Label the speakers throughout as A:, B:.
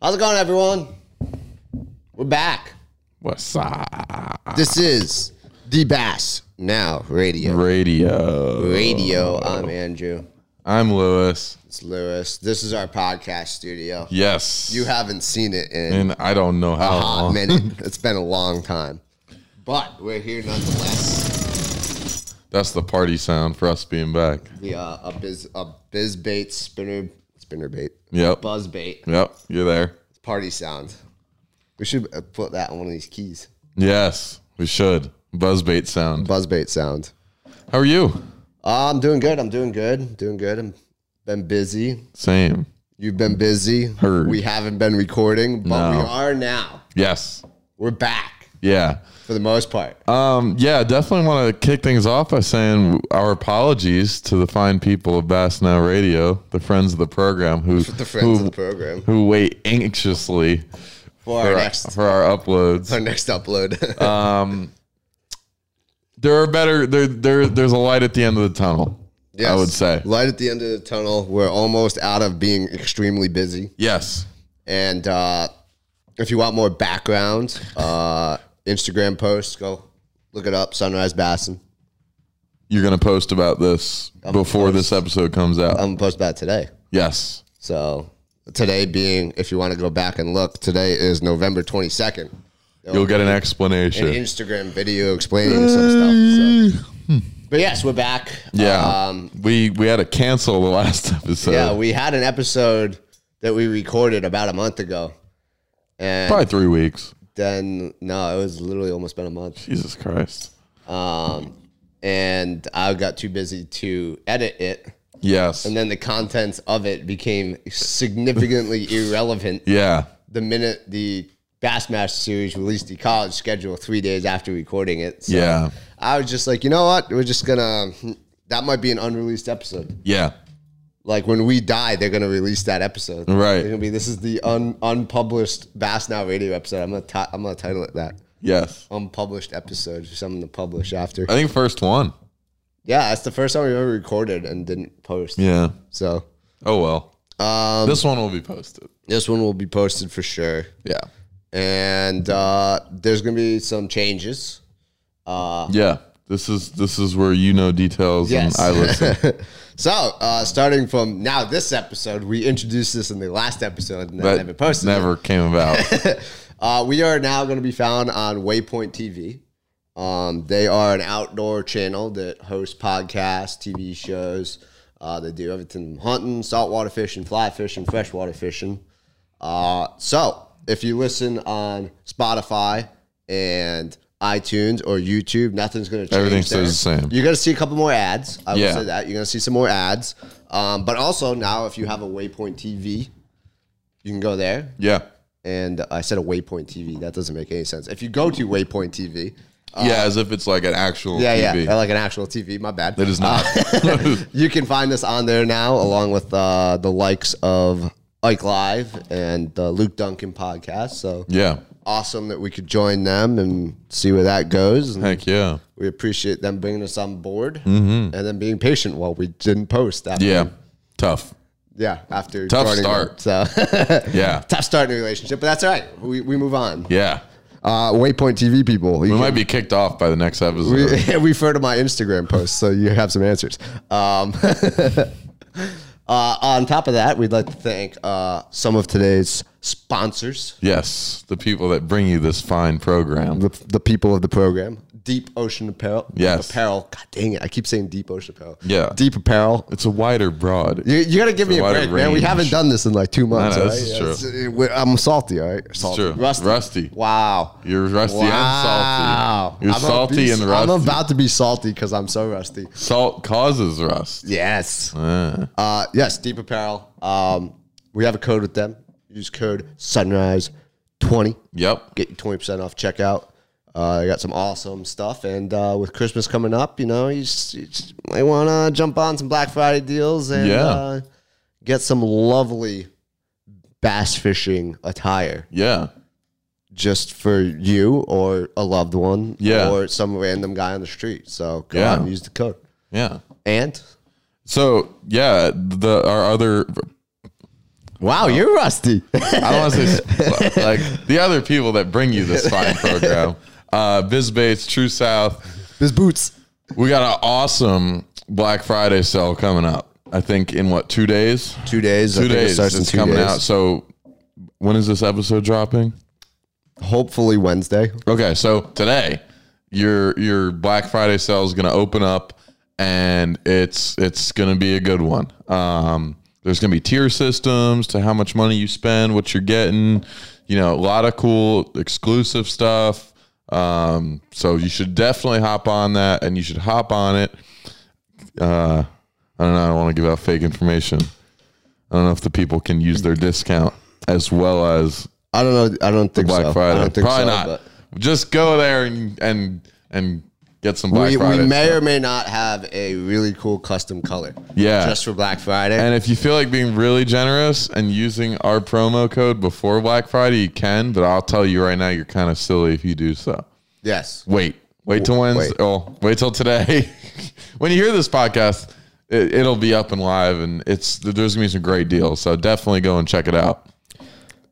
A: How's it going, everyone? We're back.
B: What's up?
A: This is the Bass Now Radio.
B: Radio.
A: Radio. I'm Andrew.
B: I'm Lewis.
A: It's Lewis. This is our podcast studio.
B: Yes.
A: You haven't seen it in
B: and I don't know how
A: a hot
B: long.
A: minute. It's been a long time, but we're here nonetheless.
B: That's the party sound for us being back.
A: We are a biz a biz bait spinner spinner bait
B: Yep.
A: buzz bait
B: Yep. You're there.
A: party sound. We should uh, put that on one of these keys.
B: Yes. We should. Buzzbait sound.
A: Buzz bait sound.
B: How are you?
A: Uh, I'm doing good. I'm doing good. Doing good. I'm been busy.
B: Same.
A: You've been busy.
B: Heard.
A: We haven't been recording, but
B: No.
A: we are now.
B: Yes.
A: We're back
B: Yeah.
A: for the most part.
B: Um, yeah, definitely want to kick things off by saying our apologies to the fine people of Bass Now Radio, the friends of the program who
A: the friends
B: who,
A: of the program
B: who wait anxiously
A: for our
B: for,
A: next
B: for our uploads.
A: our next upload.
B: Uh. there are better there there there's a light at the end of the tunnel. I would say.
A: light at the end of the tunnel. We're almost out of being extremely busy.
B: Yes.
A: And uh, if you want more background, uh, Instagram posts, go look it up. Sunrise Bassin.
B: You're gonna post about this before this episode comes out.
A: I'm gonna post about today.
B: yes.
A: So today being, if you want to go back and look, today is November 22nd.
B: You'll get an
A: an
B: explanation.
A: Instagram video explaining some stuff. So. But yes, we're back.
B: yeah.
A: Um,
B: we we had to cancel the last episode.
A: yeah, we had an episode that we recorded about a month ago. And
B: probably three weeks.
A: then, no, it was literally almost been a month.
B: Jesus Christ.
A: And I got too busy to edit it.
B: Yes.
A: And then the contents of it became significantly irrelevant
B: yeah.
A: the minute the Bassmaster series released the college schedule three days after recording it. So
B: Yeah.
A: I was just like, you know what? We're just gonna. That might be an unreleased episode.
B: Yeah.
A: Like when we die, they're gonna release that episode.
B: Right.
A: They're gonna be. This is the un, unpublished Bass Now Radio episode. I'm gonna. Ti- I'm gonna title it that.
B: Yes.
A: Unpublished episode. Something to publish after.
B: I think first one.
A: Yeah, that's the first time we ever recorded and didn't post.
B: Yeah.
A: So
B: Oh well. Um, this one will be posted.
A: this one will be posted for sure.
B: Yeah.
A: And uh, there's gonna be some changes. Uh,
B: Yeah. This is this is where you know details
A: Yes.
B: and I listen.
A: so, uh, starting from now, this episode, we introduced this in the last episode and then
B: But
A: never posted. it.
B: never came about.
A: Uh, we are now going to be found on Waypoint TV. Um, they are an outdoor channel that hosts podcasts, TV shows. Uh, they do everything from hunting, saltwater fishing, fly fishing, freshwater fishing. Uh, so if you listen on Spotify and iTunes or YouTube, nothing's going to change.
B: Everything
A: there.
B: stays the same.
A: You're going to see a couple more ads. I
B: Yeah.
A: will say that. You're going to see some more ads. Um, but also now, if you have a Waypoint TV, you can go there
B: yeah.
A: and I said a Waypoint TV. That doesn't make any sense. If you go to Waypoint TV,
B: yeah, as if it's like an actual
A: Uh, yeah, Uh,
B: TV.
A: yeah, like an actual TV. My bad. Uh,
B: It is not.
A: You can find us on there now, along with uh, the likes of Ike Live and the Luke Duncan podcast. So
B: yeah.
A: awesome that we could join them and see where that goes. And
B: Heck yeah.
A: we appreciate them bringing us on board and then being patient while we didn't post. After,
B: Mm-hmm. Yeah. Tough.
A: yeah, after
B: Tough
A: starting it. So
B: Yeah.
A: tough start in a relationship, but that's all right. We, we move on.
B: Yeah.
A: Uh, Waypoint TV people, you
B: We
A: can-
B: might be kicked off by the next episode.
A: refer to my Instagram post so you have some answers. Um, uh, on top of that, we'd like to thank uh, some of today's sponsors,
B: yes. The people that bring you this fine program.
A: the, the people of the program. Deep Ocean Apparel.
B: Yes.
A: Apparel. God dang it. I keep saying Deep Ocean Apparel.
B: Yeah.
A: Deep Apparel.
B: It's a wider broad.
A: You, you got to give me a
B: Wider
A: break, man. We
B: range.
A: haven't done this in like two months.
B: No, no,
A: all
B: this
A: right?
B: is
A: It's- we're- I'm salty, all right? Salty.
B: true.
A: Rusty.
B: Rusty.
A: Wow.
B: You're rusty and salty. You're
A: I'm about to
B: salty
A: be-
B: and rusty.
A: I'm about to be salty because I'm so rusty.
B: Salt causes rust.
A: Yes. Uh, yes, Deep Apparel. Um, we have a code with them. Use code Sunrise20.
B: Yep.
A: Get you 20% off checkout. Uh, I got some awesome stuff. And uh, with Christmas coming up, you know, you, s- you s- might want to jump on some Black Friday deals and
B: Yeah.
A: uh, get some lovely bass fishing attire
B: Yeah.
A: just for you or a loved one
B: Yeah.
A: or some random guy on the street. So come
B: Yeah.
A: on, use the code.
B: Yeah.
A: And
B: So yeah, the our other
C: Wow,
A: uh,
C: you're rusty.
B: I don't want to say sp- like the other people that bring you this fine program. Uh, Biz Bates, True South.
C: His boots.
B: We got an awesome Black Friday sale coming up. I think in what two days?
A: Two days. I
B: Two
A: think it
B: days.
A: starts in
B: It's
A: two
B: coming
A: days.
B: out. So when is this episode dropping?
A: Hopefully Wednesday.
B: Okay, so today your your Black Friday sale is going to open up, and it's it's going to be a good one. Um, there's going to be tier systems to how much money you spend, what you're getting. You know, a lot of cool exclusive stuff. Um, so you should definitely hop on that, and you should hop on it. Uh, I don't know. I don't want to give out fake information. I don't know if the people can use their discount as well as
A: I don't know. I don't think
B: Black
A: so.
B: Friday.
A: I don't think
B: Probably
A: so,
B: not.
A: but-
B: Just go there and and and get some Black
A: we,
B: Friday.
A: we may
B: stuff.
A: or may not have a really cool custom color.
B: Yeah.
A: Just for Black Friday.
B: and if you feel like being really generous and using our promo code before Black Friday, you can. But I'll tell you right now, you're kind of silly if you do so.
A: yes.
B: Wait, wait till Wednesday. Oh, wait till today. when you hear this podcast, it, it'll be up and live, and it's there's gonna be some great deals. So definitely go and check it out.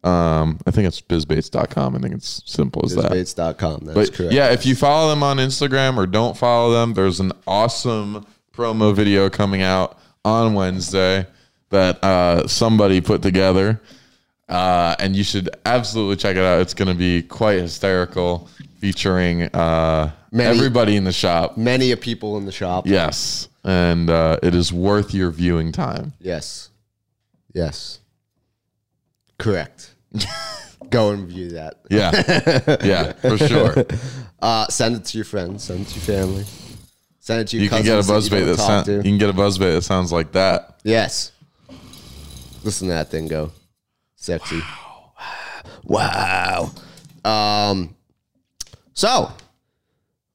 B: Um, I think it's bizbaits.com. I think it's simple as that.
A: Bates.com. That's
B: But
A: correct.
B: yeah, if you follow them on Instagram or don't follow them, there's an awesome promo video coming out on Wednesday that uh, somebody put together. Uh, and you should absolutely check it out. It's going to be quite hysterical, featuring uh,
A: Many-
B: everybody in the shop.
A: Many a people in the shop.
B: Yes. And uh, it is worth your viewing time.
A: Yes. Yes. Correct. Go and view that.
B: Yeah. yeah, for sure.
A: Uh, send it to your friends. Send it to your family. Send it to your
B: You can
A: cousins
B: get a
A: that
B: buzzbait
A: you don't
B: that
A: talk
B: sounds.
A: to.
B: You can get a buzzbait that sounds like that.
A: Yes. Listen to that thing go. Sexy. Wow. Wow. Um, so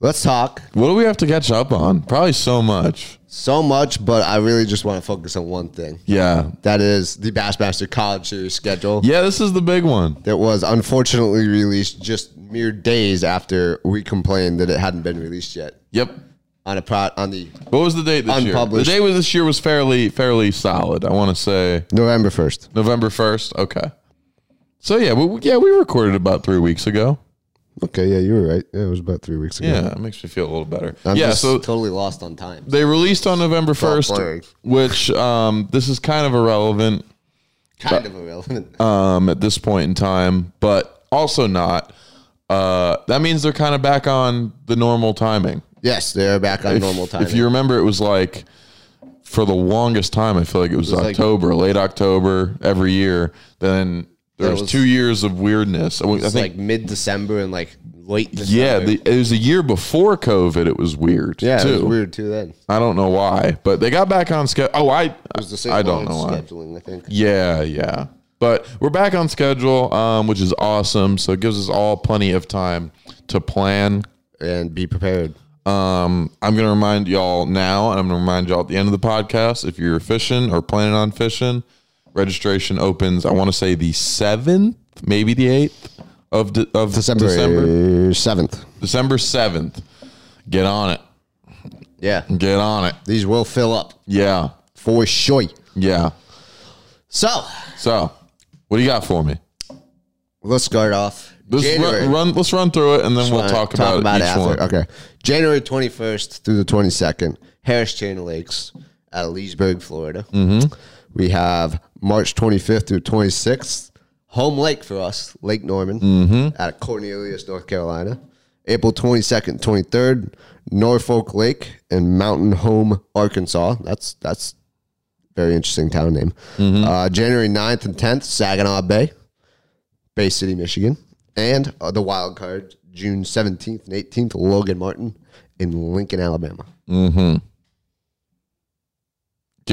A: let's talk
B: What do we have to catch up on? Probably so much.
A: so much, but I really just want to focus on one thing.
B: Yeah,
A: That is the Bassmaster College Series schedule
B: Yeah, this is the big one.
A: that was unfortunately released just mere days after we complained that it hadn't been released yet
B: Yep.
A: on a pro- on the
B: What was the date this
A: Unpublished.
B: year? The date this year was fairly fairly solid. I want to say
A: November first.
B: November first. Okay. So yeah, we, yeah, we recorded about three weeks ago.
A: Okay, yeah, you were right. Yeah, it was about three weeks ago.
B: Yeah, it makes me feel a little better.
A: I'm
B: yeah,
A: just
B: so
A: totally lost on time.
B: they released on November first,
A: playing.
B: which um, this is kind of irrelevant.
A: Kind of irrelevant.
B: um, at this point in time, but also not. Uh, that means they're kind of back on the normal timing.
A: Yes, they're back on
B: If-
A: normal time.
B: If you remember, it was like for the longest time, I feel like it was,
A: was like-
B: October, late October every year. Then there
A: That
B: was,
A: was-
B: two years of weirdness. I, I
A: it's like
B: think,
A: mid December and like late
B: yeah,
A: December.
B: the, it was a year before COVID. It was weird.
A: yeah,
B: too.
A: it was weird too. Then it
B: I don't know why, but they got back on schedule. Oh, I
A: was the same.
B: I don't
A: line
B: know why.
A: scheduling. I think.
B: Yeah, yeah. But we're back on schedule, um, which is awesome. So it gives us all plenty of time to plan.
A: And be prepared.
B: Um, I'm going to remind y'all now, and I'm going to remind y'all at the end of the podcast if you're fishing or planning on fishing, registration opens, I want to say the 7th, maybe the 8th of, de- of December. December.
A: seventh.
B: December 7th. Get on it.
A: Yeah,
B: Get on it.
A: these will fill up
B: Yeah.
A: for sure.
B: Yeah.
A: So
B: So, what do you got for me?
A: let's start off.
B: Let's
A: January.
B: run, run, let's run through it and then we'll
A: Uh,
B: talk about, each one.
A: Okay, January twenty first through the twenty second, Harris Chain Lakes out of Leesburg, Florida.
B: Mm-hmm.
A: We have March twenty fifth through twenty sixth, home lake for us, Lake Norman,
B: Mm-hmm.
A: out of Cornelius, North Carolina. April twenty second, twenty third, Norfolk Lake and Mountain Home, Arkansas. That's that's very interesting town name.
B: Mm-hmm.
A: Uh, January 9th and 10th, Saginaw Bay, Bay City, Michigan. And uh, the wild card, June 17th and 18th, Logan Martin in Lincoln, Alabama.
B: Give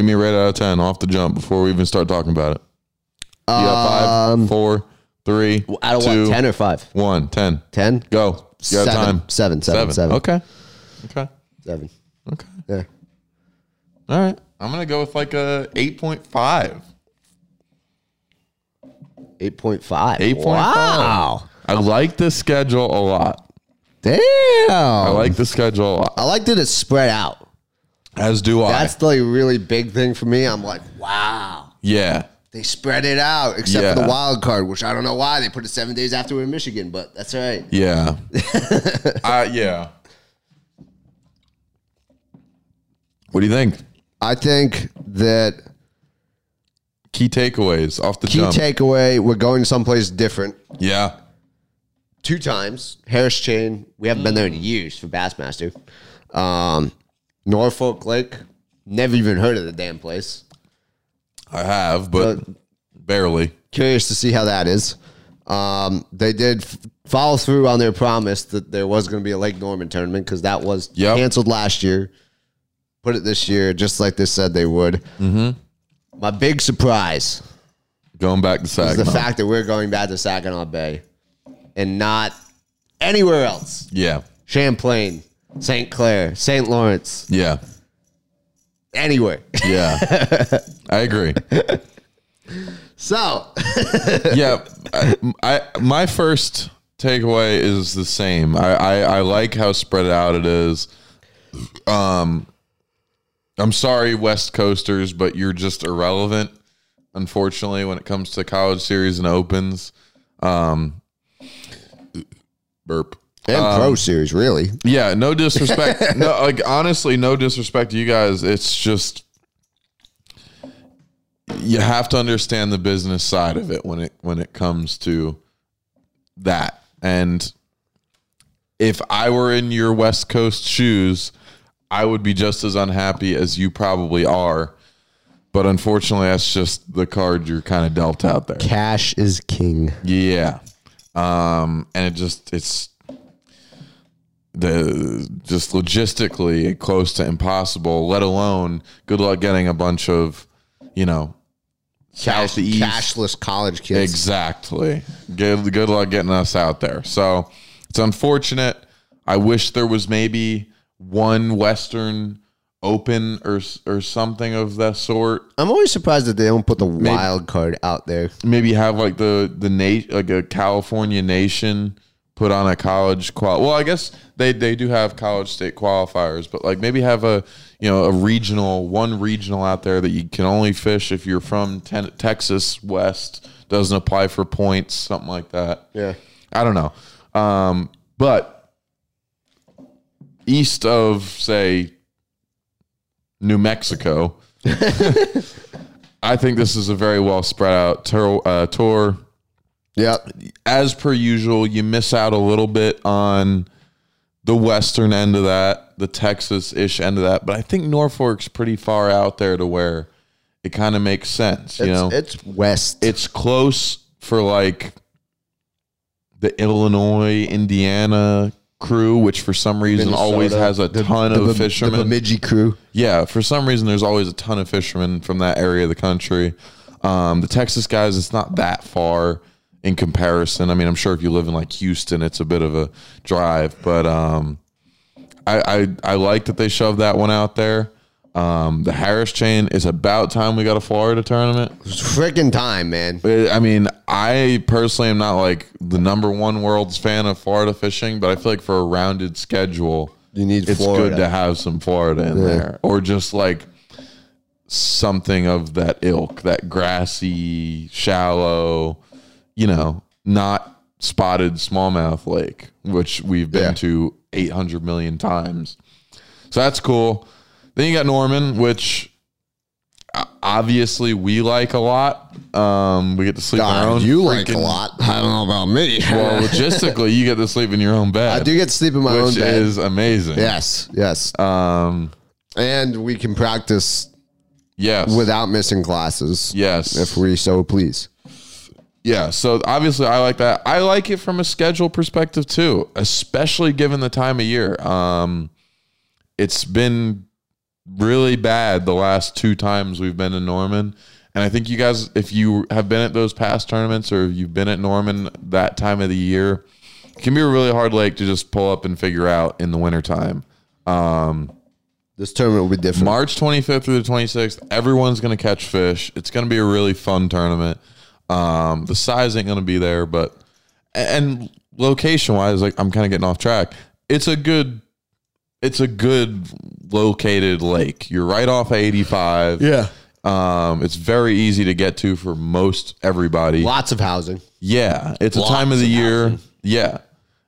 B: me a rate out of ten off the jump before we even start talking about it. You got
A: Um,
B: five, four, three,
A: Out of
B: two,
A: what, 10 or 5?
B: one, ten.
A: 10?
B: Go. You got
A: Seven,
B: time.
A: seven, seven, seven.
B: Okay. Okay.
A: Seven.
B: Okay.
A: Yeah.
B: All right. I'm gonna go with like a eight point five.
A: 8.5.
B: Eight point five.
A: Wow.
B: I like this schedule a lot.
A: Damn.
B: I
A: I like,
B: like the schedule a lot.
A: that it's spread out.
B: As do I.
A: That's the like, really big thing for me. I'm like, wow.
B: yeah.
A: They spread it out, except for
B: Yeah.
A: the wild card, which I don't know why they put it seven days after we're in Michigan, but that's all right.
B: Yeah. I yeah. What do you think?
A: I think that
B: Key takeaways off the
A: key
B: jump.
A: takeaway: we're going someplace different.
B: yeah.
A: two times. Harris Chain. We haven't been there in years for Bassmaster. Um, Norfolk Lake. Never even heard of the damn place.
B: I have, but barely.
A: Curious to see how that is. Um, they did f- follow through on their promise that there was going to be a Lake Norman tournament because that was
B: Yep.
A: canceled last year. Put it this year, just like they said they would. Mm-hmm. My big surprise
B: Going back to
A: is the
B: Saginaw.
A: fact that we're going back to Saginaw Bay and not anywhere else.
B: yeah.
A: Champlain, St. Clair, St. Lawrence,
B: Yeah.
A: anywhere.
B: Yeah. I agree.
A: So,
B: yeah, I, I- my first takeaway is the same. I, I I like how spread out it is. Um, I'm sorry, West Coasters, but you're just irrelevant. Unfortunately, when it comes to college series and opens, um, burp.
A: and Pro Series, really.
B: Yeah, no disrespect. no, like honestly, no disrespect to you guys. It's just you have to understand the business side of it when it when it comes to that. And if I were in your West Coast shoes, I would be just as unhappy as you probably are. But unfortunately, that's just the card you're kind of dealt out there.
A: Cash is king.
B: Yeah. Um, and it just it's the just logistically close to impossible, let alone good luck getting a bunch of, you know,
A: Cash,
B: Southeast.
A: cashless college kids.
B: Exactly. Good good luck getting us out there. So it's unfortunate. I wish there was maybe one Western open or s- or something of that sort.
A: I'm always surprised that they don't put the wild card out there.
B: maybe have like the the nation like a California nation put on a college qual. Well, I guess they they do have college state qualifiers, but like maybe have a you know a regional one regional out there that you can only fish if you're from ten, Texas West doesn't apply for points, something like that.
A: Yeah.
B: I don't know, um, but east of say New Mexico. I think this is a very well spread out tour, uh, tour.
A: Yep.
B: As per usual, you miss out a little bit on the western end of that, the Texas ish end of that, but I think Norfolk's pretty far out there to where it kind of makes sense. You
A: It's,
B: know,
A: it's West.
B: it's close for like the Illinois, Indiana crew, which for some reason always
A: Minnesota,
B: has a
A: the-
B: ton
A: the
B: of
A: Bem-
B: fishermen.
A: The Bemidji crew.
B: Yeah, for some reason, there's always a ton of fishermen from that area of the country. Um, the Texas guys, it's not that far in comparison. I mean, I'm sure if you live in like Houston, it's a bit of a drive, but um, I, I I like that they shoved that one out there. Um, the Harris chain is about time we got a Florida tournament.
A: It's freaking time, man.
B: But, I mean, I personally am not like the number one world's fan of Florida fishing, but I feel like for a rounded schedule,
A: You need
B: it's
A: Florida.
B: good to have some Florida in there, or just like something of that ilk, that grassy, shallow, you know, not spotted smallmouth lake, which we've been
A: Yeah.
B: to 800 million times. So that's cool. Then you got Norman, which o- obviously we like a lot. Um, we get to sleep in our
A: God,
B: own.
A: you like a
B: freaking-
A: lot. I don't know about me.
B: Well, logistically, you get to sleep in your own bed,
A: I do get to sleep in my own
B: which
A: bed.
B: is amazing.
A: yes, yes.
B: Um,
A: and we can practice
B: yes.
A: without missing classes
B: Yes.
A: if we so please.
B: yeah. So obviously, I like that. I like it from a schedule perspective too, especially given the time of year. Um, it's been really bad the last two times we've been in Norman. And I think you guys, if you have been at those past tournaments or you've been at Norman that time of the year, it can be a really hard lake to just pull up and figure out in the wintertime.
A: This tournament will be different.
B: March 25th through the 26th, everyone's going to catch fish. It's going to be a really fun tournament. Um, the size ain't going to be there, but and location wise, like I'm kind of getting off track. It's a good, it's a good located lake. You're right off 85.
A: Yeah.
B: Um, it's very easy to get to for most everybody.
A: Lots of housing.
B: Yeah, it's a time of the year. Yeah,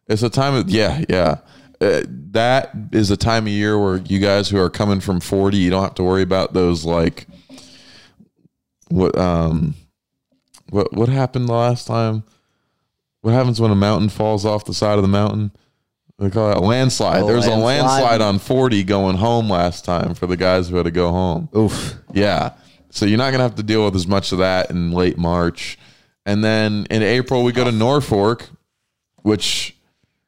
B: it's a time of yeah, yeah. Uh, that is a time of year where you guys who are coming from forty, you don't have to worry about those like what um what what happened the last time. What happens when a mountain falls off the side of the mountain? They call it a landslide.
A: A
B: there was a
A: landslide.
B: landslide on forty going home last time for the guys who had to go home.
A: Oof.
B: Yeah. So you're not going to have to deal with as much of that in late March. And then in April, we go to Norfolk, which,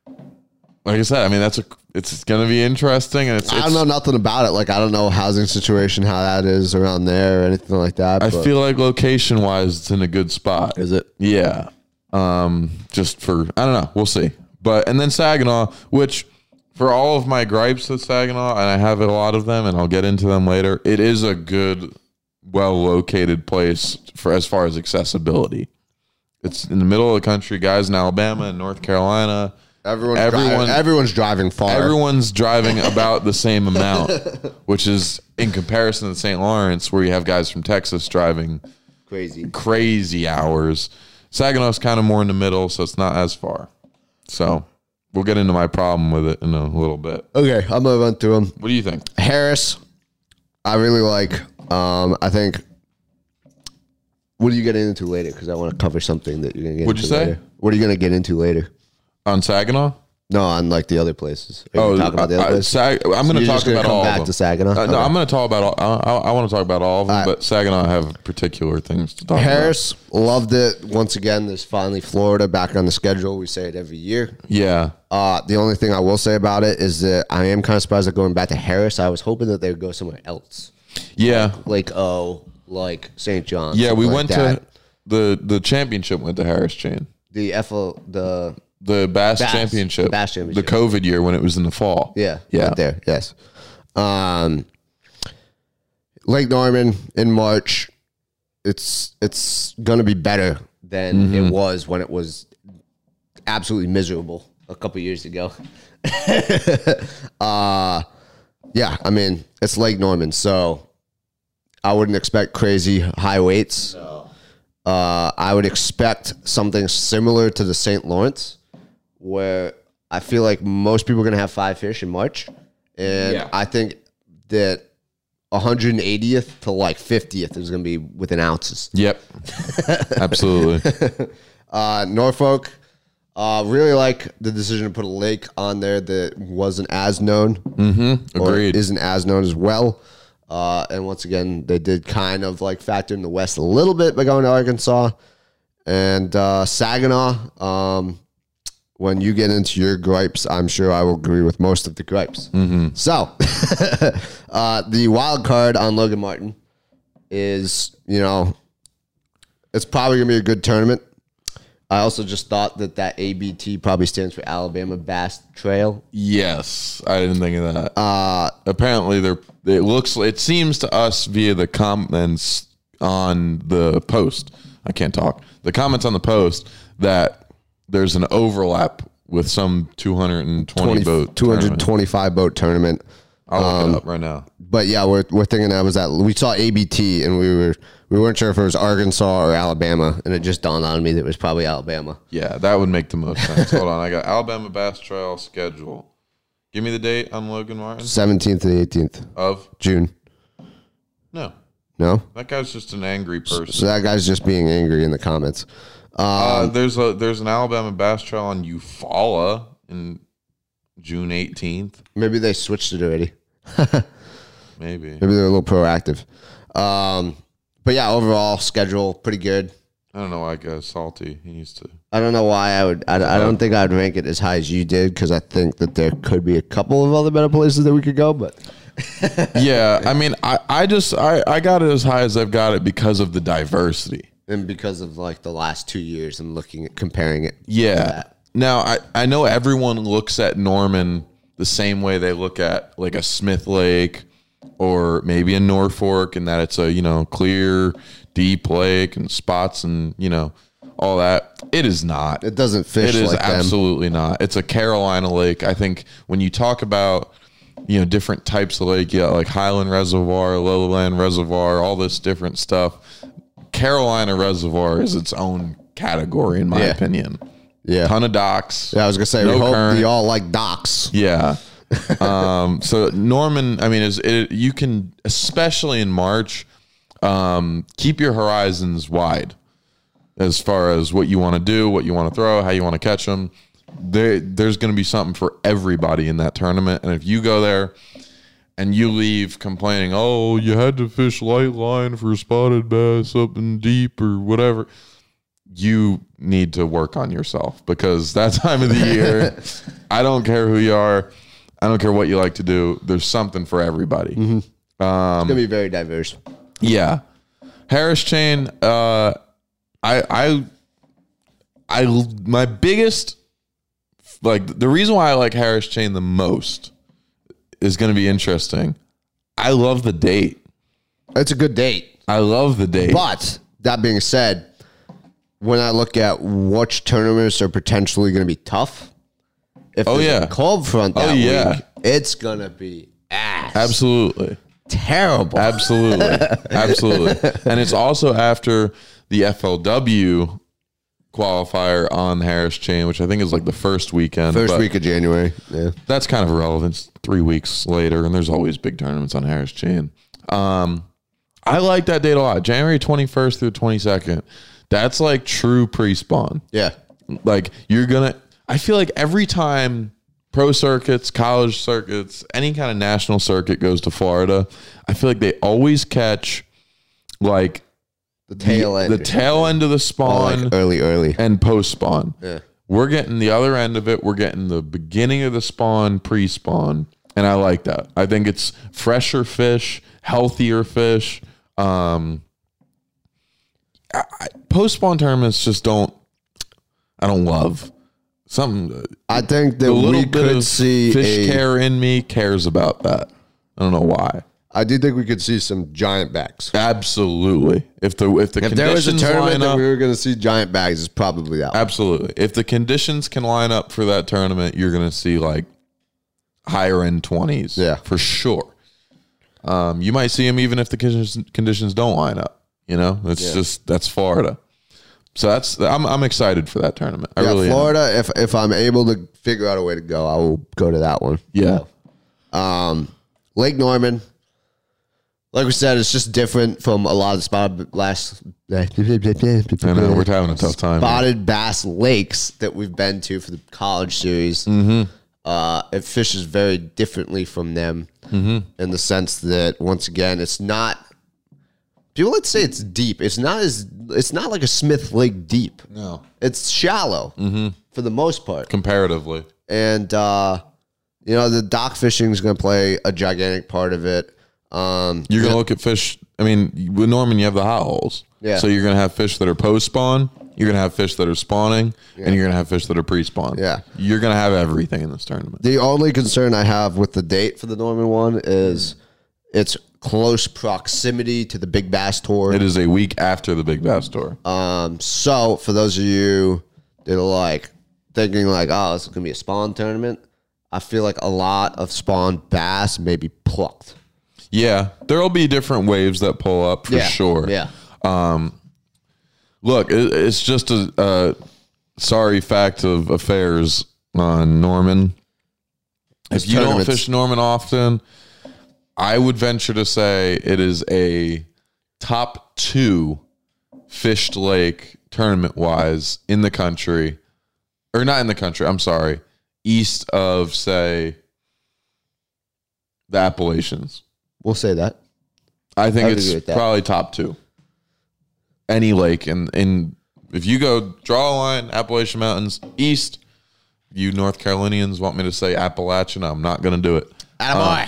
B: like I said, I mean, that's a, it's going to be interesting. And it's,
A: I don't
B: it's-
A: know nothing about it. Like I don't know housing situation, how that is around there or anything like that.
B: I
A: but-
B: feel like location wise, it's in a good spot.
A: is it?
B: Yeah. Um, just for I don't know, we'll see. But and then Saginaw, which for all of my gripes with Saginaw, and I have a lot of them, and I'll get into them later. It is a good, well located place for as far as accessibility. It's in the middle of the country, guys in Alabama and North Carolina.
A: Everyone's
B: Everyone-
A: driving, everyone's driving far.
B: Everyone's driving about the same amount, which is in comparison to St. Lawrence, where you have guys from Texas driving
A: Crazy.
B: crazy hours. Saginaw's kind of more in the middle, so it's not as far. So we'll get into my problem with it in a little bit.
A: Okay, I'll move on through them.
B: What do you think?
A: Harris, I really like. Um, I think. What are you getting into later? Because I want to cover something that you're gonna get.
B: What'd you
A: into
B: say?
A: Later. What are you gonna get into later?
B: On Saginaw?
A: No, on like the other places. Are you
B: Oh,
A: gonna talk about the other
B: I- I-
A: places?
B: Sag- I'm going to
A: You're
B: talk
A: just gonna
B: about
A: come
B: all
A: back
B: of them.
A: to Saginaw?
B: Uh, no,
A: Okay.
B: I'm going to talk about all. I, I, want to talk about all of them,
A: right.
B: but Saginaw have particular things to talk about.
A: Harris loved it once again. There's finally Florida back on the schedule. We say it every year.
B: Yeah,
A: Uh, the only thing I will say about it is that I am kind of surprised at going back to Harris. I was hoping that they would go somewhere else,
B: yeah,
A: like oh, like St. John's.
B: yeah. We
A: something
B: went
A: like
B: to the the championship went to Harris Chain.
A: the F the
B: The Bass,
A: Bass.
B: championship,
A: Bass championship.
B: the COVID year when it was in the fall.
A: yeah
B: yeah.
A: right there yes, um, Lake Norman in March. It's it's gonna be better than
B: Mm-hmm.
A: it was when it was absolutely miserable a couple years ago. uh yeah, I mean, it's Lake Norman, so I wouldn't expect crazy high weights. Uh I would expect something similar to the St. Lawrence where I feel like most people are going to have five fish in March and
B: Yeah.
A: I think that 180th to like 50th is going to be within ounces.
B: Yep. Absolutely.
A: Uh, Norfolk, uh, really like the decision to put a lake on there that wasn't as known or
B: Agreed.
A: isn't as known as well. Uh, and once again, they did kind of like factor in the West a little bit by going to Arkansas and uh, Saginaw. Um, when you get into your gripes, I'm sure I will agree with most of the gripes. So, uh, the wild card on Logan Martin is, you know, it's probably going to be a good tournament. I also just thought that that ABT probably stands for Alabama Bass Trail.
B: Yes, I didn't think of that. Uh, Apparently, they're. It looks. It seems to us via the comments on the post. I can't talk. The comments on the post that there's an overlap with some 220 boat. 220.
A: 225 boat tournament.
B: I'll look it up right now.
A: But yeah, we're, we're thinking that was that we saw ABT and we were we weren't sure if it was Arkansas or Alabama, and it just dawned on me that it was probably Alabama.
B: Yeah, that would make the most sense. Hold on, I got Alabama Bass Trail schedule. Give me the date on Logan Martin
A: 17th to the 18th
B: of
A: June.
B: no.
A: No,
B: That guy's just an angry person.
A: so that guy's just being angry in the comments.
B: Uh, there's a there's an Alabama Bass Trail on Eufaula in June 18th,
A: Maybe they switched it already.
B: maybe.
A: Maybe they're a little proactive. Um, but yeah, overall schedule pretty good.
B: I don't know why I got salty. He needs to.
A: I don't know why I would. I, I don't think I'd rank it as high as you did because I think that there could be a couple of other better places that we could go. But
B: Yeah, I mean, I I just I I got it as high as I've got it because of the diversity.
A: and because of like the last two years, I'm looking at comparing it.
B: Yeah. Now I I know everyone looks at Norman the same way they look at like a Smith Lake or maybe a Norfolk, and that it's a you know clear deep lake and spots and you know all that. It is not.
A: It doesn't fish
B: It is
A: like them.
B: absolutely not. It's a Carolina lake. I think when you talk about you know different types of lake. You got like Highland Reservoir, Lowland Reservoir, all this different stuff. Carolina Reservoir is its own category, in my
A: Yeah.
B: opinion.
A: Yeah.
B: Ton of docks.
A: Yeah, I was gonna say
B: No
A: we hope
B: current.
A: you all like docs.
B: Yeah. um, so Norman, I mean, is it, you can especially in March, um, keep your horizons wide as far as what you want to do, what you want to throw, how you want to catch them. There, there's going to be something for everybody in that tournament, and if you go there and you leave complaining, oh, you had to fish light line for spotted bass up in deep or whatever. You need to work on yourself because that time of the year, I don't care who you are, I don't care what you like to do. There's something for everybody.
A: It's gonna be very diverse.
B: Yeah. Harris Chain, uh I I I my biggest like the reason why I like Harris Chain the most is going to be interesting. I love the date.
A: It's a good date.
B: I love the date.
A: But that being said, when I look at which tournaments are potentially going to be tough, if
B: Oh,
A: there's
B: yeah.
A: a cold front that
B: Oh, yeah.
A: week, it's gonna be ass
B: Absolutely.
A: terrible.
B: Absolutely. Absolutely. And it's also after the FLW qualifier on Harris Chain, which I think is like the first weekend.
A: First
B: but-
A: week of January. Yeah.
B: that's kind of irrelevant. It's three weeks later, and there's always big tournaments on Harris Chain. Um, I like that date a lot. January 21st through 22nd. That's like true pre spawn.
A: Yeah.
B: Like you're gonna. I feel like every time pro circuits, college circuits, any kind of national circuit goes to Florida, I feel like they always catch like
A: The tail end.
B: the tail end of the spawn
A: Like early, early.
B: and post spawn.
A: Yeah.
B: We're getting the other end of it. We're getting the beginning of the spawn, pre spawn. And I like that. I think it's fresher fish, healthier fish. Um, post spawn tournaments just don't, I don't love. Something,
A: I think that
B: a little
A: we
B: bit
A: could
B: of
A: see
B: fish
A: a,
B: care in me cares about that. I don't know why.
A: I do think we could see some giant backs.
B: Absolutely. If the if the
A: If there was
B: conditions
A: a
B: line
A: tournament that
B: up,
A: we were going to see giant bags, it's probably that. One.
B: Absolutely. If the conditions can line up for that tournament, you're going to see like higher end 20s.
A: Yeah.
B: For sure. Um, you might see them even if the conditions, conditions don't line up. You know, it's just, that's Florida. So that's, I'm, I'm excited for that tournament. I
A: Yeah,
B: really am.
A: Florida. If if I'm able to figure out a way to go, I will go to that one.
B: Yeah.
A: Lake Norman. Like we said, it's just different from a lot of spotted last.
B: I know. We're having a tough time.
A: spotted bass lakes that we've been to for the college series. Uh, it fishes very differently from them in the sense that once again, it's not. People like to say it's deep. It's not as. It's not like a Smith Lake deep.
B: No.
A: It's shallow for the most part
B: Comparatively.
A: and uh, you know the dock fishing is going to play a gigantic part of it. Um,
B: You're going to look at fish. I mean, with Norman, you have the hot holes.
A: Yeah.
B: So you're going to have fish that are post spawn. You're going to have fish that are spawning. And you're going to have fish that are pre spawn.
A: Yeah.
B: You're going to have everything in this tournament.
A: the only concern I have with the date for the Norman one is its close proximity to the Big Bass Tour.
B: It is a week after the Big Bass Tour.
A: Um, so for those of you that are like thinking like, oh, this is going to be a spawn tournament, I feel like a lot of spawn bass may be plucked.
B: yeah, there'll be different waves that pull up for sure.
A: Yeah.
B: Look, it, it's just a, uh sorry fact of affairs on Norman. If you don't
A: tournaments.
B: fish Norman often, I would venture to say it is a top two fished lake tournament wise in the country, or not in the country. I'm sorry, east of say the Appalachians.
A: We'll say that.
B: I think
A: I would agree
B: it's
A: with that.
B: probably top two. Any lake and in if you go draw a line, Appalachian Mountains east. You North Carolinians want me to say Appalachian? I'm not going to do it.
A: Attaboy.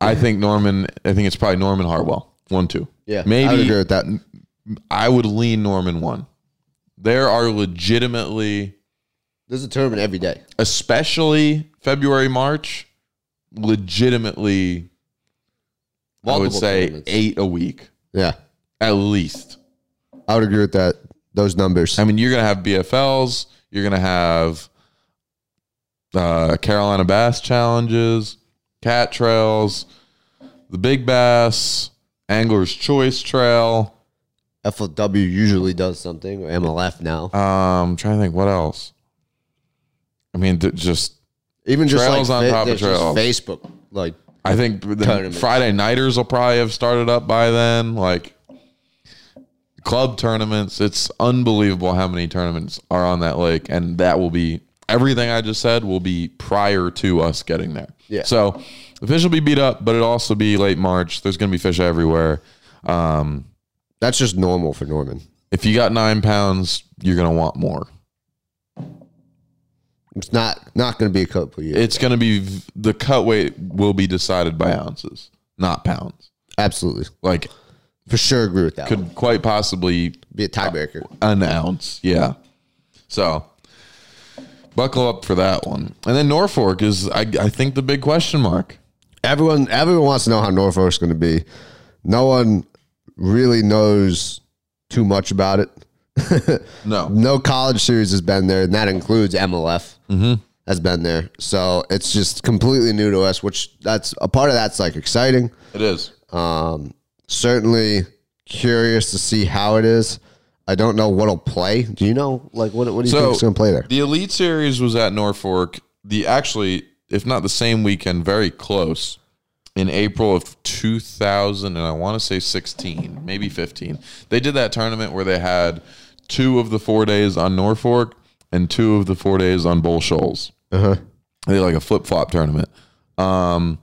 B: I think Norman. I think it's probably Norman Harwell. One, two.
A: yeah. I would
B: maybe
A: agree with that.
B: I would lean Norman one. There are legitimately,
A: There's a tournament every day.
B: especially February, March, legitimately. I would
A: Multiple
B: say
A: tournaments.
B: eight a week
A: Yeah.
B: at least.
A: I would agree with that. Those numbers.
B: I mean, you're gonna have BFLs. You're gonna have uh, Carolina Bass Challenges, Cat Trails, the Big Bass, Angler's Choice Trail.
A: FLW usually does something. MLF now,
B: Um, trying to think what else. I mean, th- just
A: even just
B: trails
A: like
B: on
A: fa-
B: top of
A: there's just
B: trails.
A: Facebook, like
B: I think the
A: Tournaments.
B: Friday nighters will probably have started up by then. Like club tournaments, it's unbelievable how many tournaments are on that lake, and that will be everything I just said will be prior to us getting there.
A: Yeah.
B: So the fish will be beat up, but it'll also be late March. There's going to be fish everywhere. Um,
A: that's just normal for Norman.
B: if you got nine pounds, you're going to want more.
A: It's not not going to be a couple years.
B: It's going to be the cut weight will be decided by ounces, not pounds.
A: Absolutely,
B: Like
A: for sure, agree with that. Could
B: could quite possibly
A: be a tiebreaker.
B: an ounce. Yeah. So buckle up for that one. And then Norfolk is, I, I think, the big question mark.
A: Everyone everyone wants to know how Norfolk's going to be. No one really knows too much about it.
B: No.
A: no college series has been there, and that includes MLF has been there. So it's just completely new to us, which that's a part of that's like exciting.
B: It is.
A: Um, certainly curious to see how it is. I don't know what'll play. Do you know like what what do you
B: So-
A: think is going to play there?
B: The Elite Series was at Norfolk. The actually, if not the same weekend, very close in April of 2000, and I want to say 16, maybe 15. They did that tournament where they had two of the four days on Norfolk and two of the four days on Bull Shoals.
A: Uh-huh.
B: They did like a flip flop tournament. Um,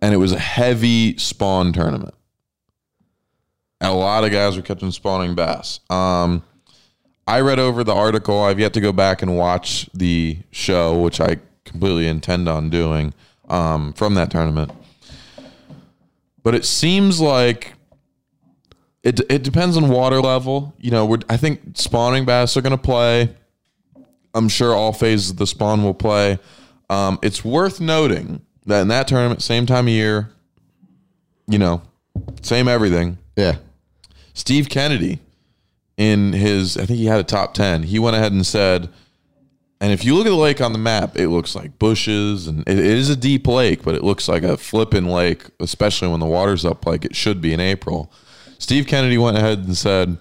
B: and it was a heavy spawn tournament. And a lot of guys were catching spawning bass. Um, I read over the article. I've yet to go back and watch the show, which I completely intend on doing um, from that tournament. But it seems like it, it depends on water level. You know, we're, I think spawning bass are going to play. I'm sure all phases of the spawn will play. Um, it's worth noting that in that tournament, same time of year, you know, same everything.
A: Yeah.
B: Steve Kennedy, in his, I think he had a top 10, he went ahead and said, and if you look at the lake on the map, it looks like bushes and it- it is a deep lake, but it looks like a flippin' lake, especially when the water's up like it should be in April. Steve Kennedy went ahead and said,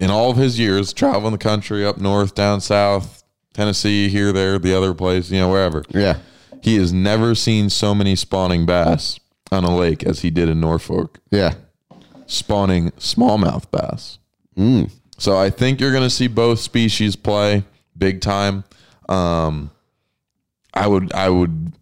B: in all of his years traveling the country up north, down south, Tennessee, here, there, the other place, you know, wherever,
A: Yeah.
B: he has never seen so many spawning bass on a lake as he did in Norfolk
A: Yeah.
B: spawning smallmouth bass.
A: Mm.
B: So I think you're going to see both species play big time. Um, I would, I would,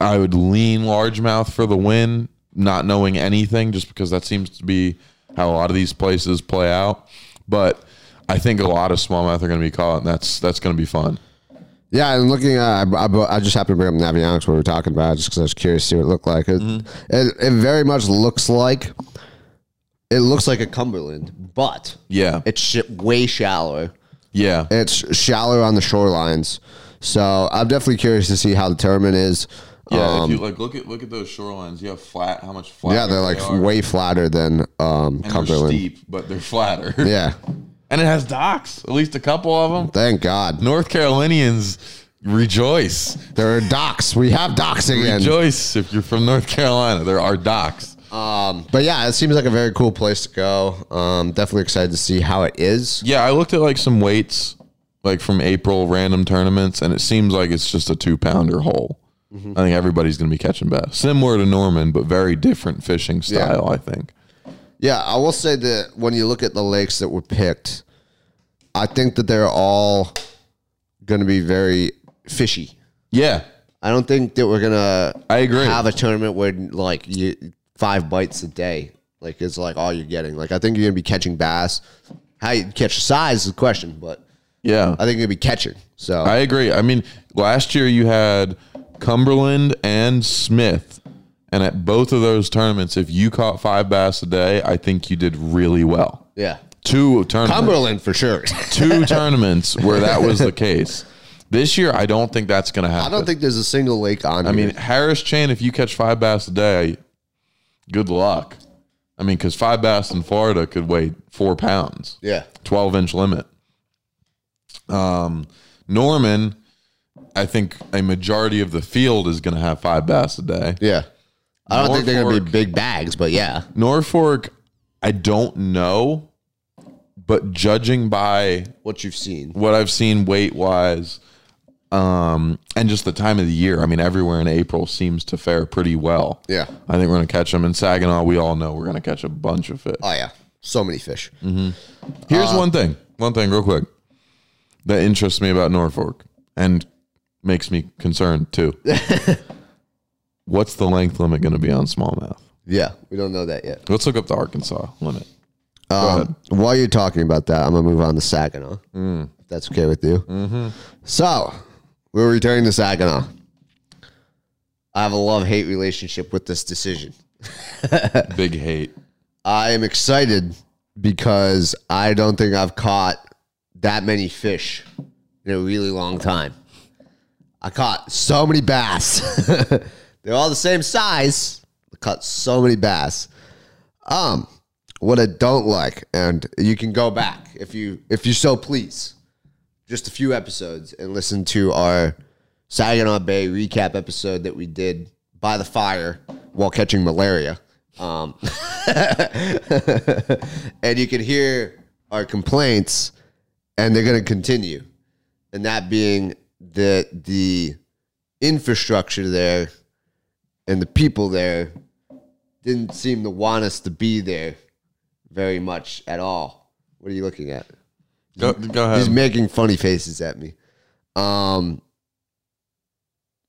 B: I would lean largemouth for the win, not knowing anything, just because that seems to be how a lot of these places play out. But I think a lot of smallmouth are going to be caught, and that's that's going to be fun.
A: Yeah, and looking at, I, I, I just happened to bring up Navionics when we were talking about it, just because I was curious to see what it looked like. It, it, it very much looks like, it looks like a Cumberland, but
B: Yeah,
A: it's sh- way shallower.
B: yeah,
A: It's shallower on the shorelines, so I'm definitely curious to see how the tournament is.
B: yeah.
A: Um,
B: if you like, look at look at those shorelines. You have flat. How much flat?
A: yeah, they're like way flatter than um, Cumberland.
B: steep, but they're flatter.
A: Yeah,
B: And it has docks, at least a couple of them.
A: thank God
B: North Carolinians rejoice.
A: there are docks. We have docks again.
B: Rejoice if you're from North Carolina. There are docks.
A: Um, but yeah, it seems like a very cool place to go. Um, definitely excited to see how it is.
B: Yeah, I looked at like some weights, like from April random tournaments, and it seems like it's just a two pounder hole. I think everybody's going to be catching bass. Similar to Norman, but very different fishing style, I think.
A: Yeah, I will say that when you look at the lakes that were picked, I think that they're all going to be very fishy.
B: Yeah,
A: I don't think that we're gonna
B: I agree.
A: have a tournament where like you five bites a day, like is like all you're getting. Like I think you're gonna be catching bass. How you catch size is the question, but
B: yeah.
A: I think you're gonna be catching. So
B: I agree. I mean, last year you had Cumberland and Smith, and at both of those tournaments, if you caught five bass a day, I think you did really well.
A: yeah,
B: Two tournaments,
A: Cumberland for sure.
B: two tournaments where that was the case. This year, I don't think that's going to
A: I
B: happen.
A: don't think there's a single lake on.
B: I mean, Harris Chain, if you catch five bass a day, good luck. I mean, because five bass in Florida could weigh four pounds.
A: yeah,
B: 12 inch limit. Um, Norman I think a majority of the field is going to have five bass a day.
A: Yeah. I don't think they're going to be
B: Norfolk.
A: big bags, but yeah.
B: Norfolk, I don't know, but judging by
A: What you've seen.
B: what I've seen weight wise, um, and just the time of the year, I mean, everywhere in April seems to fare pretty well.
A: Yeah.
B: I think we're going to catch them in Saginaw. We all know we're going to catch a bunch of fish.
A: Oh, yeah. So many fish.
B: Mm. Here's
A: Uh,
B: one thing, one thing, real quick, that interests me about Norfolk and makes me concerned too. What's the length limit going to be on smallmouth?
A: Yeah. We don't know that yet.
B: Let's look up the Arkansas limit.
A: Um, while you're talking about that, I'm gonna move on to Saginaw.
B: Mm.
A: If that's okay with you.
B: Mm-hmm.
A: So we're returning to Saginaw. I have a love hate relationship with this decision.
B: Big hate.
A: I am excited because I don't think I've caught that many fish in a really long time. I caught so many bass. They're all the same size. I caught so many bass. Um, what I don't like, and you can go back if you if you so please, just a few episodes and listen to our Saginaw Bay recap episode that we did by the fire while catching malaria. Um, and you can hear our complaints, and they're going to continue. And that being that the infrastructure there and the people there didn't seem to want us to be there very much at all. What are you looking at?
B: Go, go
A: He's
B: ahead.
A: making funny faces at me. Um,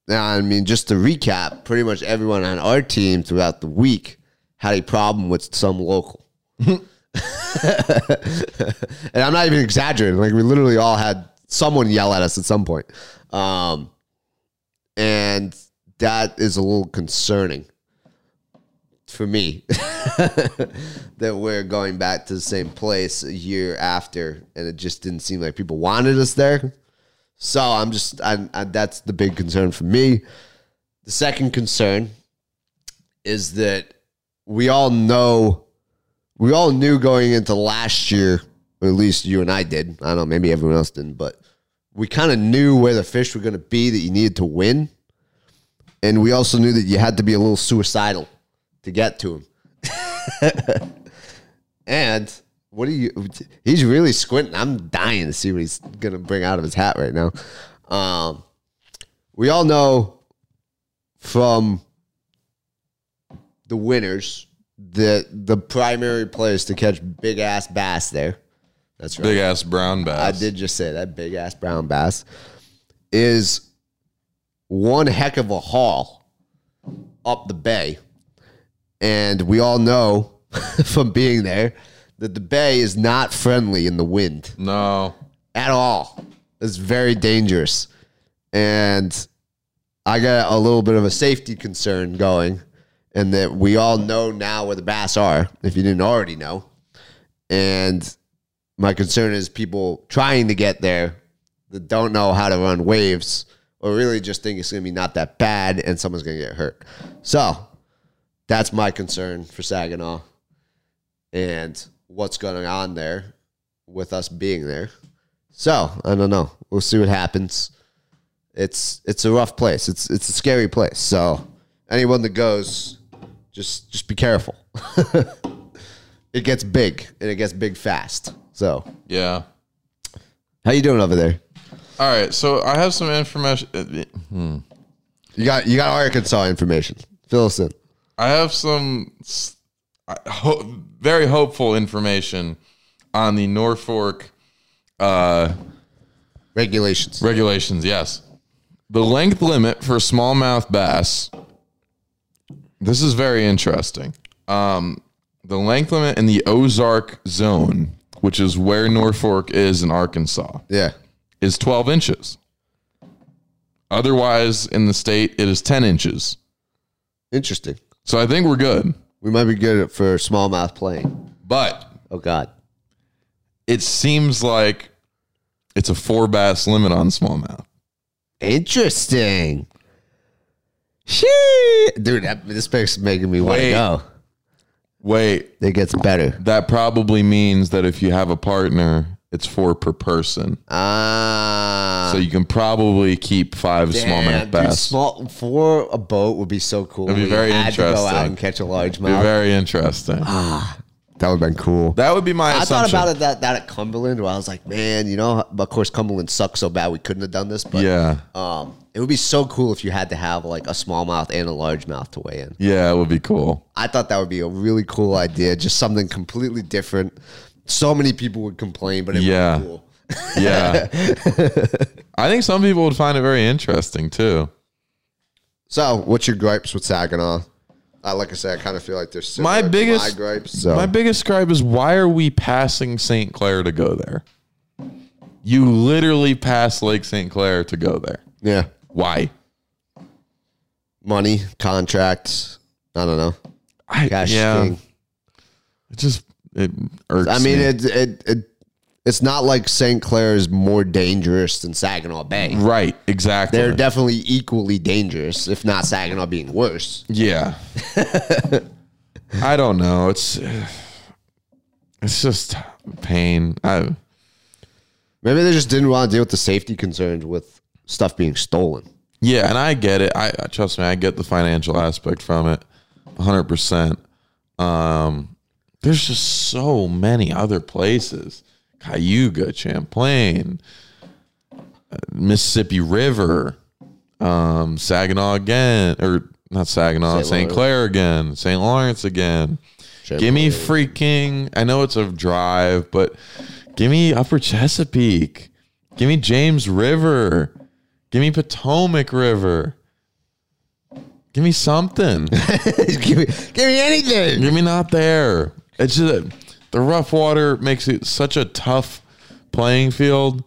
A: now, I mean, just to recap, pretty much everyone on our team throughout the week had a problem with some local. and I'm not even exaggerating. Like, we literally all had someone yell at us at some point. Um, and that is a little concerning for me that we're going back to the same place a year after and it just didn't seem like people wanted us there so i'm just I, I, that's the big concern for me the second concern is that we all know we all knew going into last year or at least you and i did i don't know maybe everyone else didn't but we kind of knew where the fish were going to be that you needed to win and we also knew that you had to be a little suicidal to get to him. and what do you? He's really squinting. I'm dying to see what he's gonna bring out of his hat right now. Um, we all know from the winners that the primary place to catch big ass bass there. That's right.
B: Big ass brown
A: I
B: bass.
A: did just say that big ass brown bass is one heck of a haul up the bay. And we all know from being there that the bay is not friendly in the wind
B: No.
A: at all. It's very dangerous. And I got a little bit of a safety concern going, and that we all know now where the bass are, if you didn't already know. And my concern is people trying to get there that don't know how to run waves or really just think it's going to be not that bad and someone's going to get hurt. So that's my concern for Saginaw and what's going on there with us being there. So I don't know. We'll see what happens. It's it's a rough place. It's it's a scary place. So anyone that goes, just just be careful. it gets big and it gets big fast. So
B: Yeah.
A: how you doing over there?
B: All right. So I have some information.
A: You got you got Arkansas information. Fill us in.
B: I have some s- I ho- very hopeful information on the Norfolk uh,
A: Regulations.
B: regulations. Yes, the length limit for smallmouth bass. This is very interesting. Um, the length limit in the Ozark zone, which is where Norfolk is in Arkansas,
A: Yeah.
B: is 12 inches. Otherwise, in the state, it is 10 inches.
A: Interesting.
B: So I think we're good.
A: We might be good at- for smallmouth playing.
B: But
A: Oh God.
B: it seems like it's a four bass limit on smallmouth.
A: Interesting. Shee- Dude, that, this pic's making me want to
B: Wait.
A: go.
B: Wait,
A: It gets better.
B: that probably means that if you have a partner, It's four per person.
A: Ah.
B: so you can probably keep five smallmouth
A: Damn, dude,
B: bass.
A: small for a boat would be so cool.
B: It'd be
A: We
B: very
A: had to go out
B: interesting.
A: and catch a
B: Be
A: largemouth.
B: very interesting.
A: that would have been cool.
B: That would be my
A: Ah. I
B: assumption.
A: thought about it that, that at Cumberland where I was like, man, you know, of course Cumberland sucks so bad we couldn't have done this, but
B: Yeah.
A: um, it would be so cool if you had to have like a smallmouth and a largemouth to weigh in.
B: Yeah, it would be cool.
A: I thought that would be a really cool idea, just something completely different. So many people would complain, but it
B: Yeah.
A: would be cool.
B: Yeah. I think some people would find it very interesting too.
A: So, what's your gripes with Saginaw? Uh, like I said, I kind of feel like there's
B: My biggest-
A: my gripes. So
B: My biggest gripe is why are we passing St. Clair to go there? You literally pass Lake St. Clair to go there.
A: yeah,
B: Why?
A: money contracts. I don't know.
B: I,
A: Cash
B: yeah,
A: king.
B: it just it irks
A: I mean,
B: me.
A: it, it it it's not like St. Clair is more dangerous than Saginaw Bay.
B: right, exactly.
A: They're definitely equally dangerous, if not Saginaw being worse.
B: Yeah. I don't know. It's it's just pain. I
A: Maybe they just didn't want to deal with the safety concerns with stuff being stolen.
B: yeah, and I get it. I trust me, I get the financial aspect from it 100%. Um there's just so many other places. Cayuga, Champlain, uh, Mississippi River, um Saginaw again or not Saginaw,
A: Saint
B: St.
A: Lawrence.
B: Clair again, St. Lawrence again. Give me freaking. I know it's a drive, but give me Upper Chesapeake. Give me James River. Give me Potomac River. Give me something.
A: give, me, give me anything.
B: give me not there. It's just the rough water makes it such a tough playing field.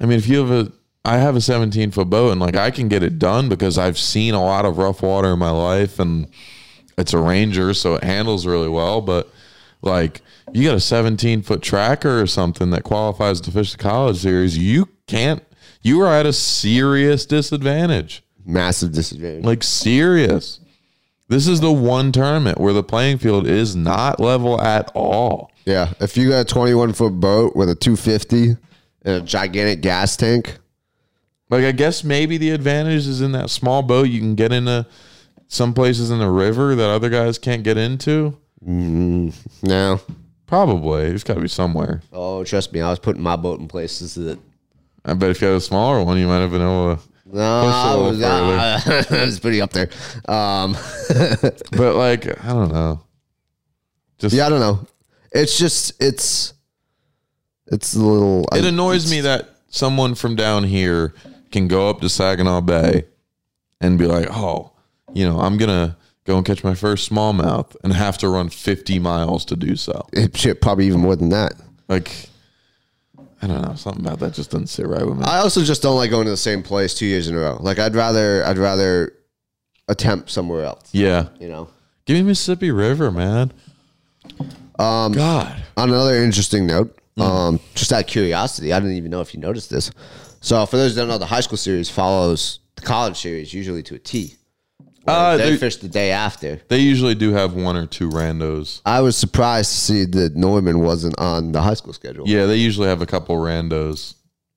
B: I mean, if you have a, I have a 17 foot boat and like I can get it done because I've seen a lot of rough water in my life and it's a Ranger, so it handles really well. But like you got a 17 foot tracker or something that qualifies to fish the college series, you can't, you are at a serious disadvantage
A: Massive disadvantage.
B: like serious. This is the one tournament where the playing field is not level at all.
A: Yeah, if you got a 21 foot boat with a 250 and a gigantic gas tank,
B: Like I guess maybe the advantage is in that small boat you can get into some places in the river that other guys can't get into.
A: no.
B: Probably. There's gotta be somewhere.
A: Oh, trust me, I was putting my boat in places that.
B: I bet if you had a smaller one you might have been able to
A: No, I
B: little
A: was, uh, I was pretty up there. Um,
B: But like, I don't know. Just
A: yeah, I don't know. It's just it's it's a little.
B: it annoys me that someone from down here can go up to Saginaw Bay and be like, oh, you know, I'm gonna go and catch my first smallmouth and have to run 50 miles to do so.
A: it shit probably even more than that.
B: Like, I don't know, something about that just doesn't sit right with me.
A: I also just don't like going to the same place two years in a row. Like I'd rather I'd rather attempt somewhere else.
B: yeah,
A: You know.
B: give me Mississippi River, man. Um, God,
A: On another interesting note, um, just out of curiosity, I didn't even know if you noticed this. So, for those that don't know, the high school series follows the college series usually to a T. Where
B: Uh,
A: they
B: they-
A: fish the day after.
B: they usually do have one or two randos.
A: I was surprised to see that Norman wasn't on the high school schedule.
B: Yeah, they usually have a couple randos.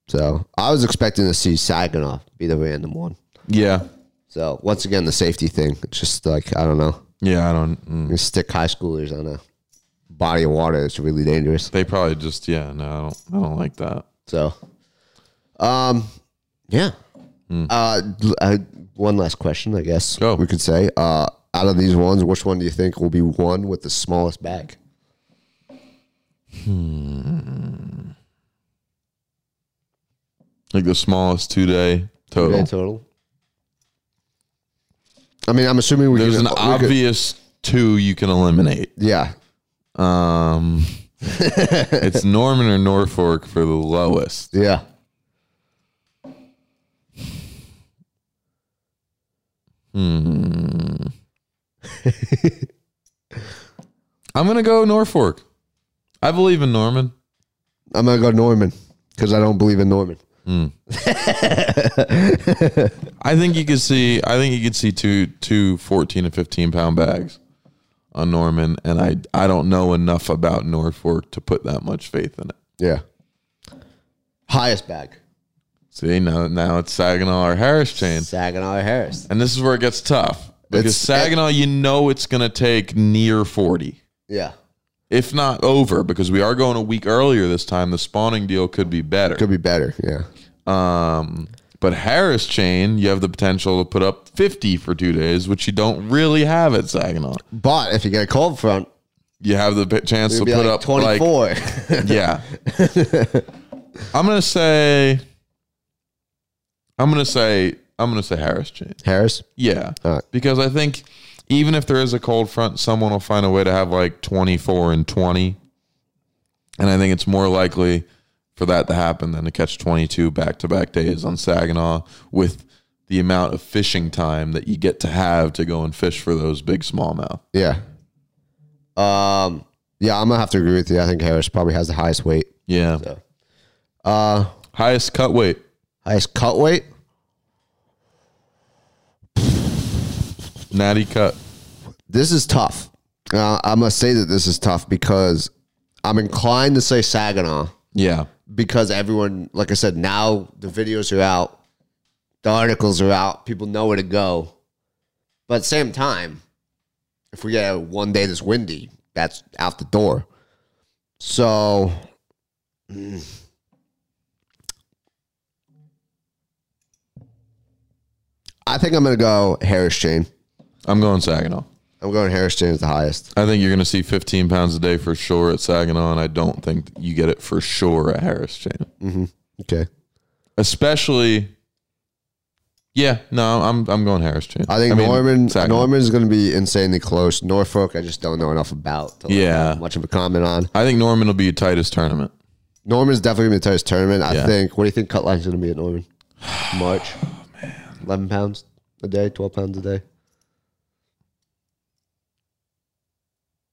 A: So, I was expecting to see Saginaw be the random one.
B: Yeah,
A: So, once again, the safety thing. It's just like, I don't know.
B: yeah, I don't. mm.
A: You stick high schoolers on a body of water. It's really dangerous.
B: They probably just yeah, no, I don't, I don't like that.
A: So, um, yeah. Uh, l- I, one last question, I guess
B: Hmm. Go.
A: we could say. Uh, out of these ones, which one do you think will be one with the smallest bag?
B: Like the smallest two day total.
A: Okay, total. I mean, I'm assuming we
B: There's
A: can,
B: an
A: we could-
B: obvious two you can eliminate.
A: yeah,
B: Um, it's Norman or Norfolk for the lowest.
A: yeah.
B: I'm gonna go Norfolk. I believe in Norman.
A: I'm gonna go Norman because I don't believe in Norman.
B: I think you could see. I think you could see two two 14 and 15 pound bags on Norman, and I I don't know enough about Norfolk to put that much faith in it.
A: Yeah, highest bag.
B: See, now, now it's Saginaw or Harris chain.
A: Saginaw Harris.
B: And this is where it gets tough. Because
A: It's-
B: Saginaw, you know it's going to take near 40,
A: Yeah.
B: if not over, because we are going a week earlier this time. The spawning deal could be better.
A: Could be better. Yeah.
B: Um, but Harris chain, you have the potential to put up 50 for two days, which you don't really have at Saginaw.
A: But if you get a cold front,
B: You have the p- chance to
A: it'd be
B: put
A: like
B: up like
A: 24.
B: yeah. I'm gonna say. I'm gonna say. I'm gonna say Harris chain.
A: Harris.
B: Yeah,
A: All right.
B: because I think even if there is a cold front, someone will find a way to have like 24 and 20, and I think it's more likely for that to happen than to catch 22 back to back days on Saginaw with the amount of fishing time that you get to have to go and fish for those big smallmouth.
A: Yeah. Um. Yeah, I'm gonna have to agree with you. I think Harris probably has the highest weight.
B: Yeah,
A: Uh,
B: highest cut weight.
A: highest cut weight.
B: Natty cut.
A: This is tough. Uh, I'm gonna say that this is tough because I'm inclined to say Saginaw
B: Yeah.
A: because everyone, like I said, now the videos are out, the articles are out, people know where to go. But at the same time, if we get a one day that's windy, that's out the door. So mm. I think I'm gonna go Harris Chain.
B: I'm going Saginaw.
A: I'm going Harris Chain is the highest.
B: I think you're going to see 15 pounds a day for sure at Saginaw, and I don't think you get it for sure at Harris Chain.
A: Okay.
B: Especially, yeah, no, I'm I'm going Harris Chain.
A: I think
B: mean,
A: Norman
B: Saginaw.
A: Norman's going to be insanely close. Norfolk, I just don't know enough about. To like,
B: Yeah.
A: have much of a comment on.
B: I think Norman will be your tightest tournament.
A: Norman's definitely going to be the tightest tournament. I
B: Yeah. Oh,
A: think. What do you think cut line's going to be at Norman? March. Eleven pounds a day, twelve pounds a day.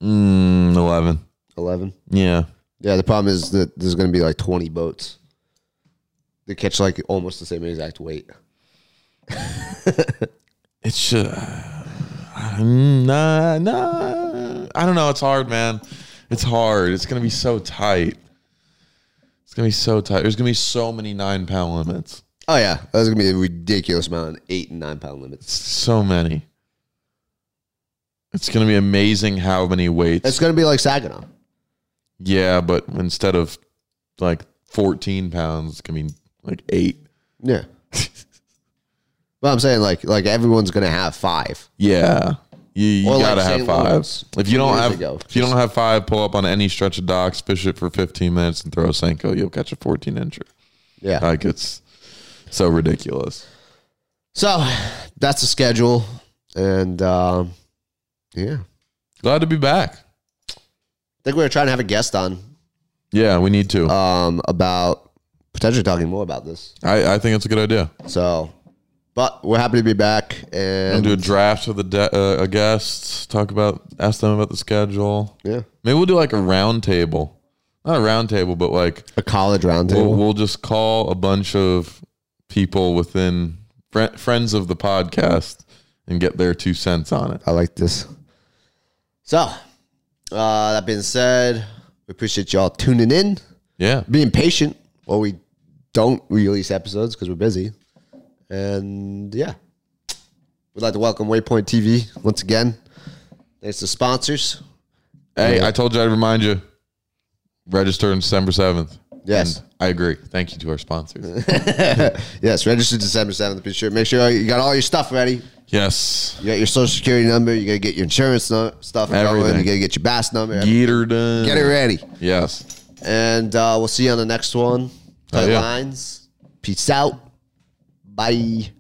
B: Mm, 11.
A: Eleven.
B: Yeah.
A: Yeah. The problem is that there's going to be like twenty boats. They catch like almost the same exact weight.
B: It's just, nah, nah. I don't know. It's hard, man. It's hard. It's going to be so tight. It's going to be so tight. There's going to be so many nine pound limits.
A: Oh yeah, that's going to be a ridiculous amount of eight and nine pound limits.
B: So many. It's going to be amazing how many weights.
A: It's going to be like Saginaw.
B: yeah, but instead of like 14 pounds, it's going to be like eight.
A: Yeah. but I'm saying like like everyone's going to have five.
B: Yeah. You, you
A: Or like
B: gotta have
A: St.
B: five.
A: Lawrence
B: if you don't
A: years
B: have,
A: ago.
B: if you don't have five, pull up on any stretch of docks, fish it for 15 minutes, and throw a Senko. You'll catch a 14 incher.
A: Yeah.
B: Like it's so ridiculous.
A: So that's the schedule, and um, yeah, I
B: Glad to be back.
A: think we were trying to have a guest on
B: Yeah, we need to.
A: um, about potentially talking more about this.
B: I, I think it's a good idea.
A: So, but we're happy to be back,
B: And
A: and
B: do a draft with a, de- uh, a guest. Talk about, ask them about the schedule.
A: yeah,
B: Maybe we'll do like a round table. Not a round table, but like
A: a college
B: we'll,
A: roundtable.
B: we'll just call a bunch of people within fri- friends of the podcast and get their two cents on it.
A: I like this. So, uh, that being said, we appreciate y'all tuning in,
B: Yeah.
A: being patient while we don't release episodes because we're busy, and yeah, we'd like to welcome Waypoint TV once again. Thanks to sponsors.
B: Hey, I told you I'd remind you. Register on December 7th.
A: Yes.
B: And I agree. Thank you to our sponsors.
A: Yes, register December 7th. Be sure, make sure you got all your stuff ready.
B: yes.
A: You got your social security number. You got to get your insurance no- stuff going.
B: Everything.
A: You got to get your BAS number.
B: Get her done.
A: Get it ready.
B: Yes.
A: And uh, we'll see you on the next one.
B: Oh,
A: Tight
B: yeah.
A: lines. Peace out. Bye.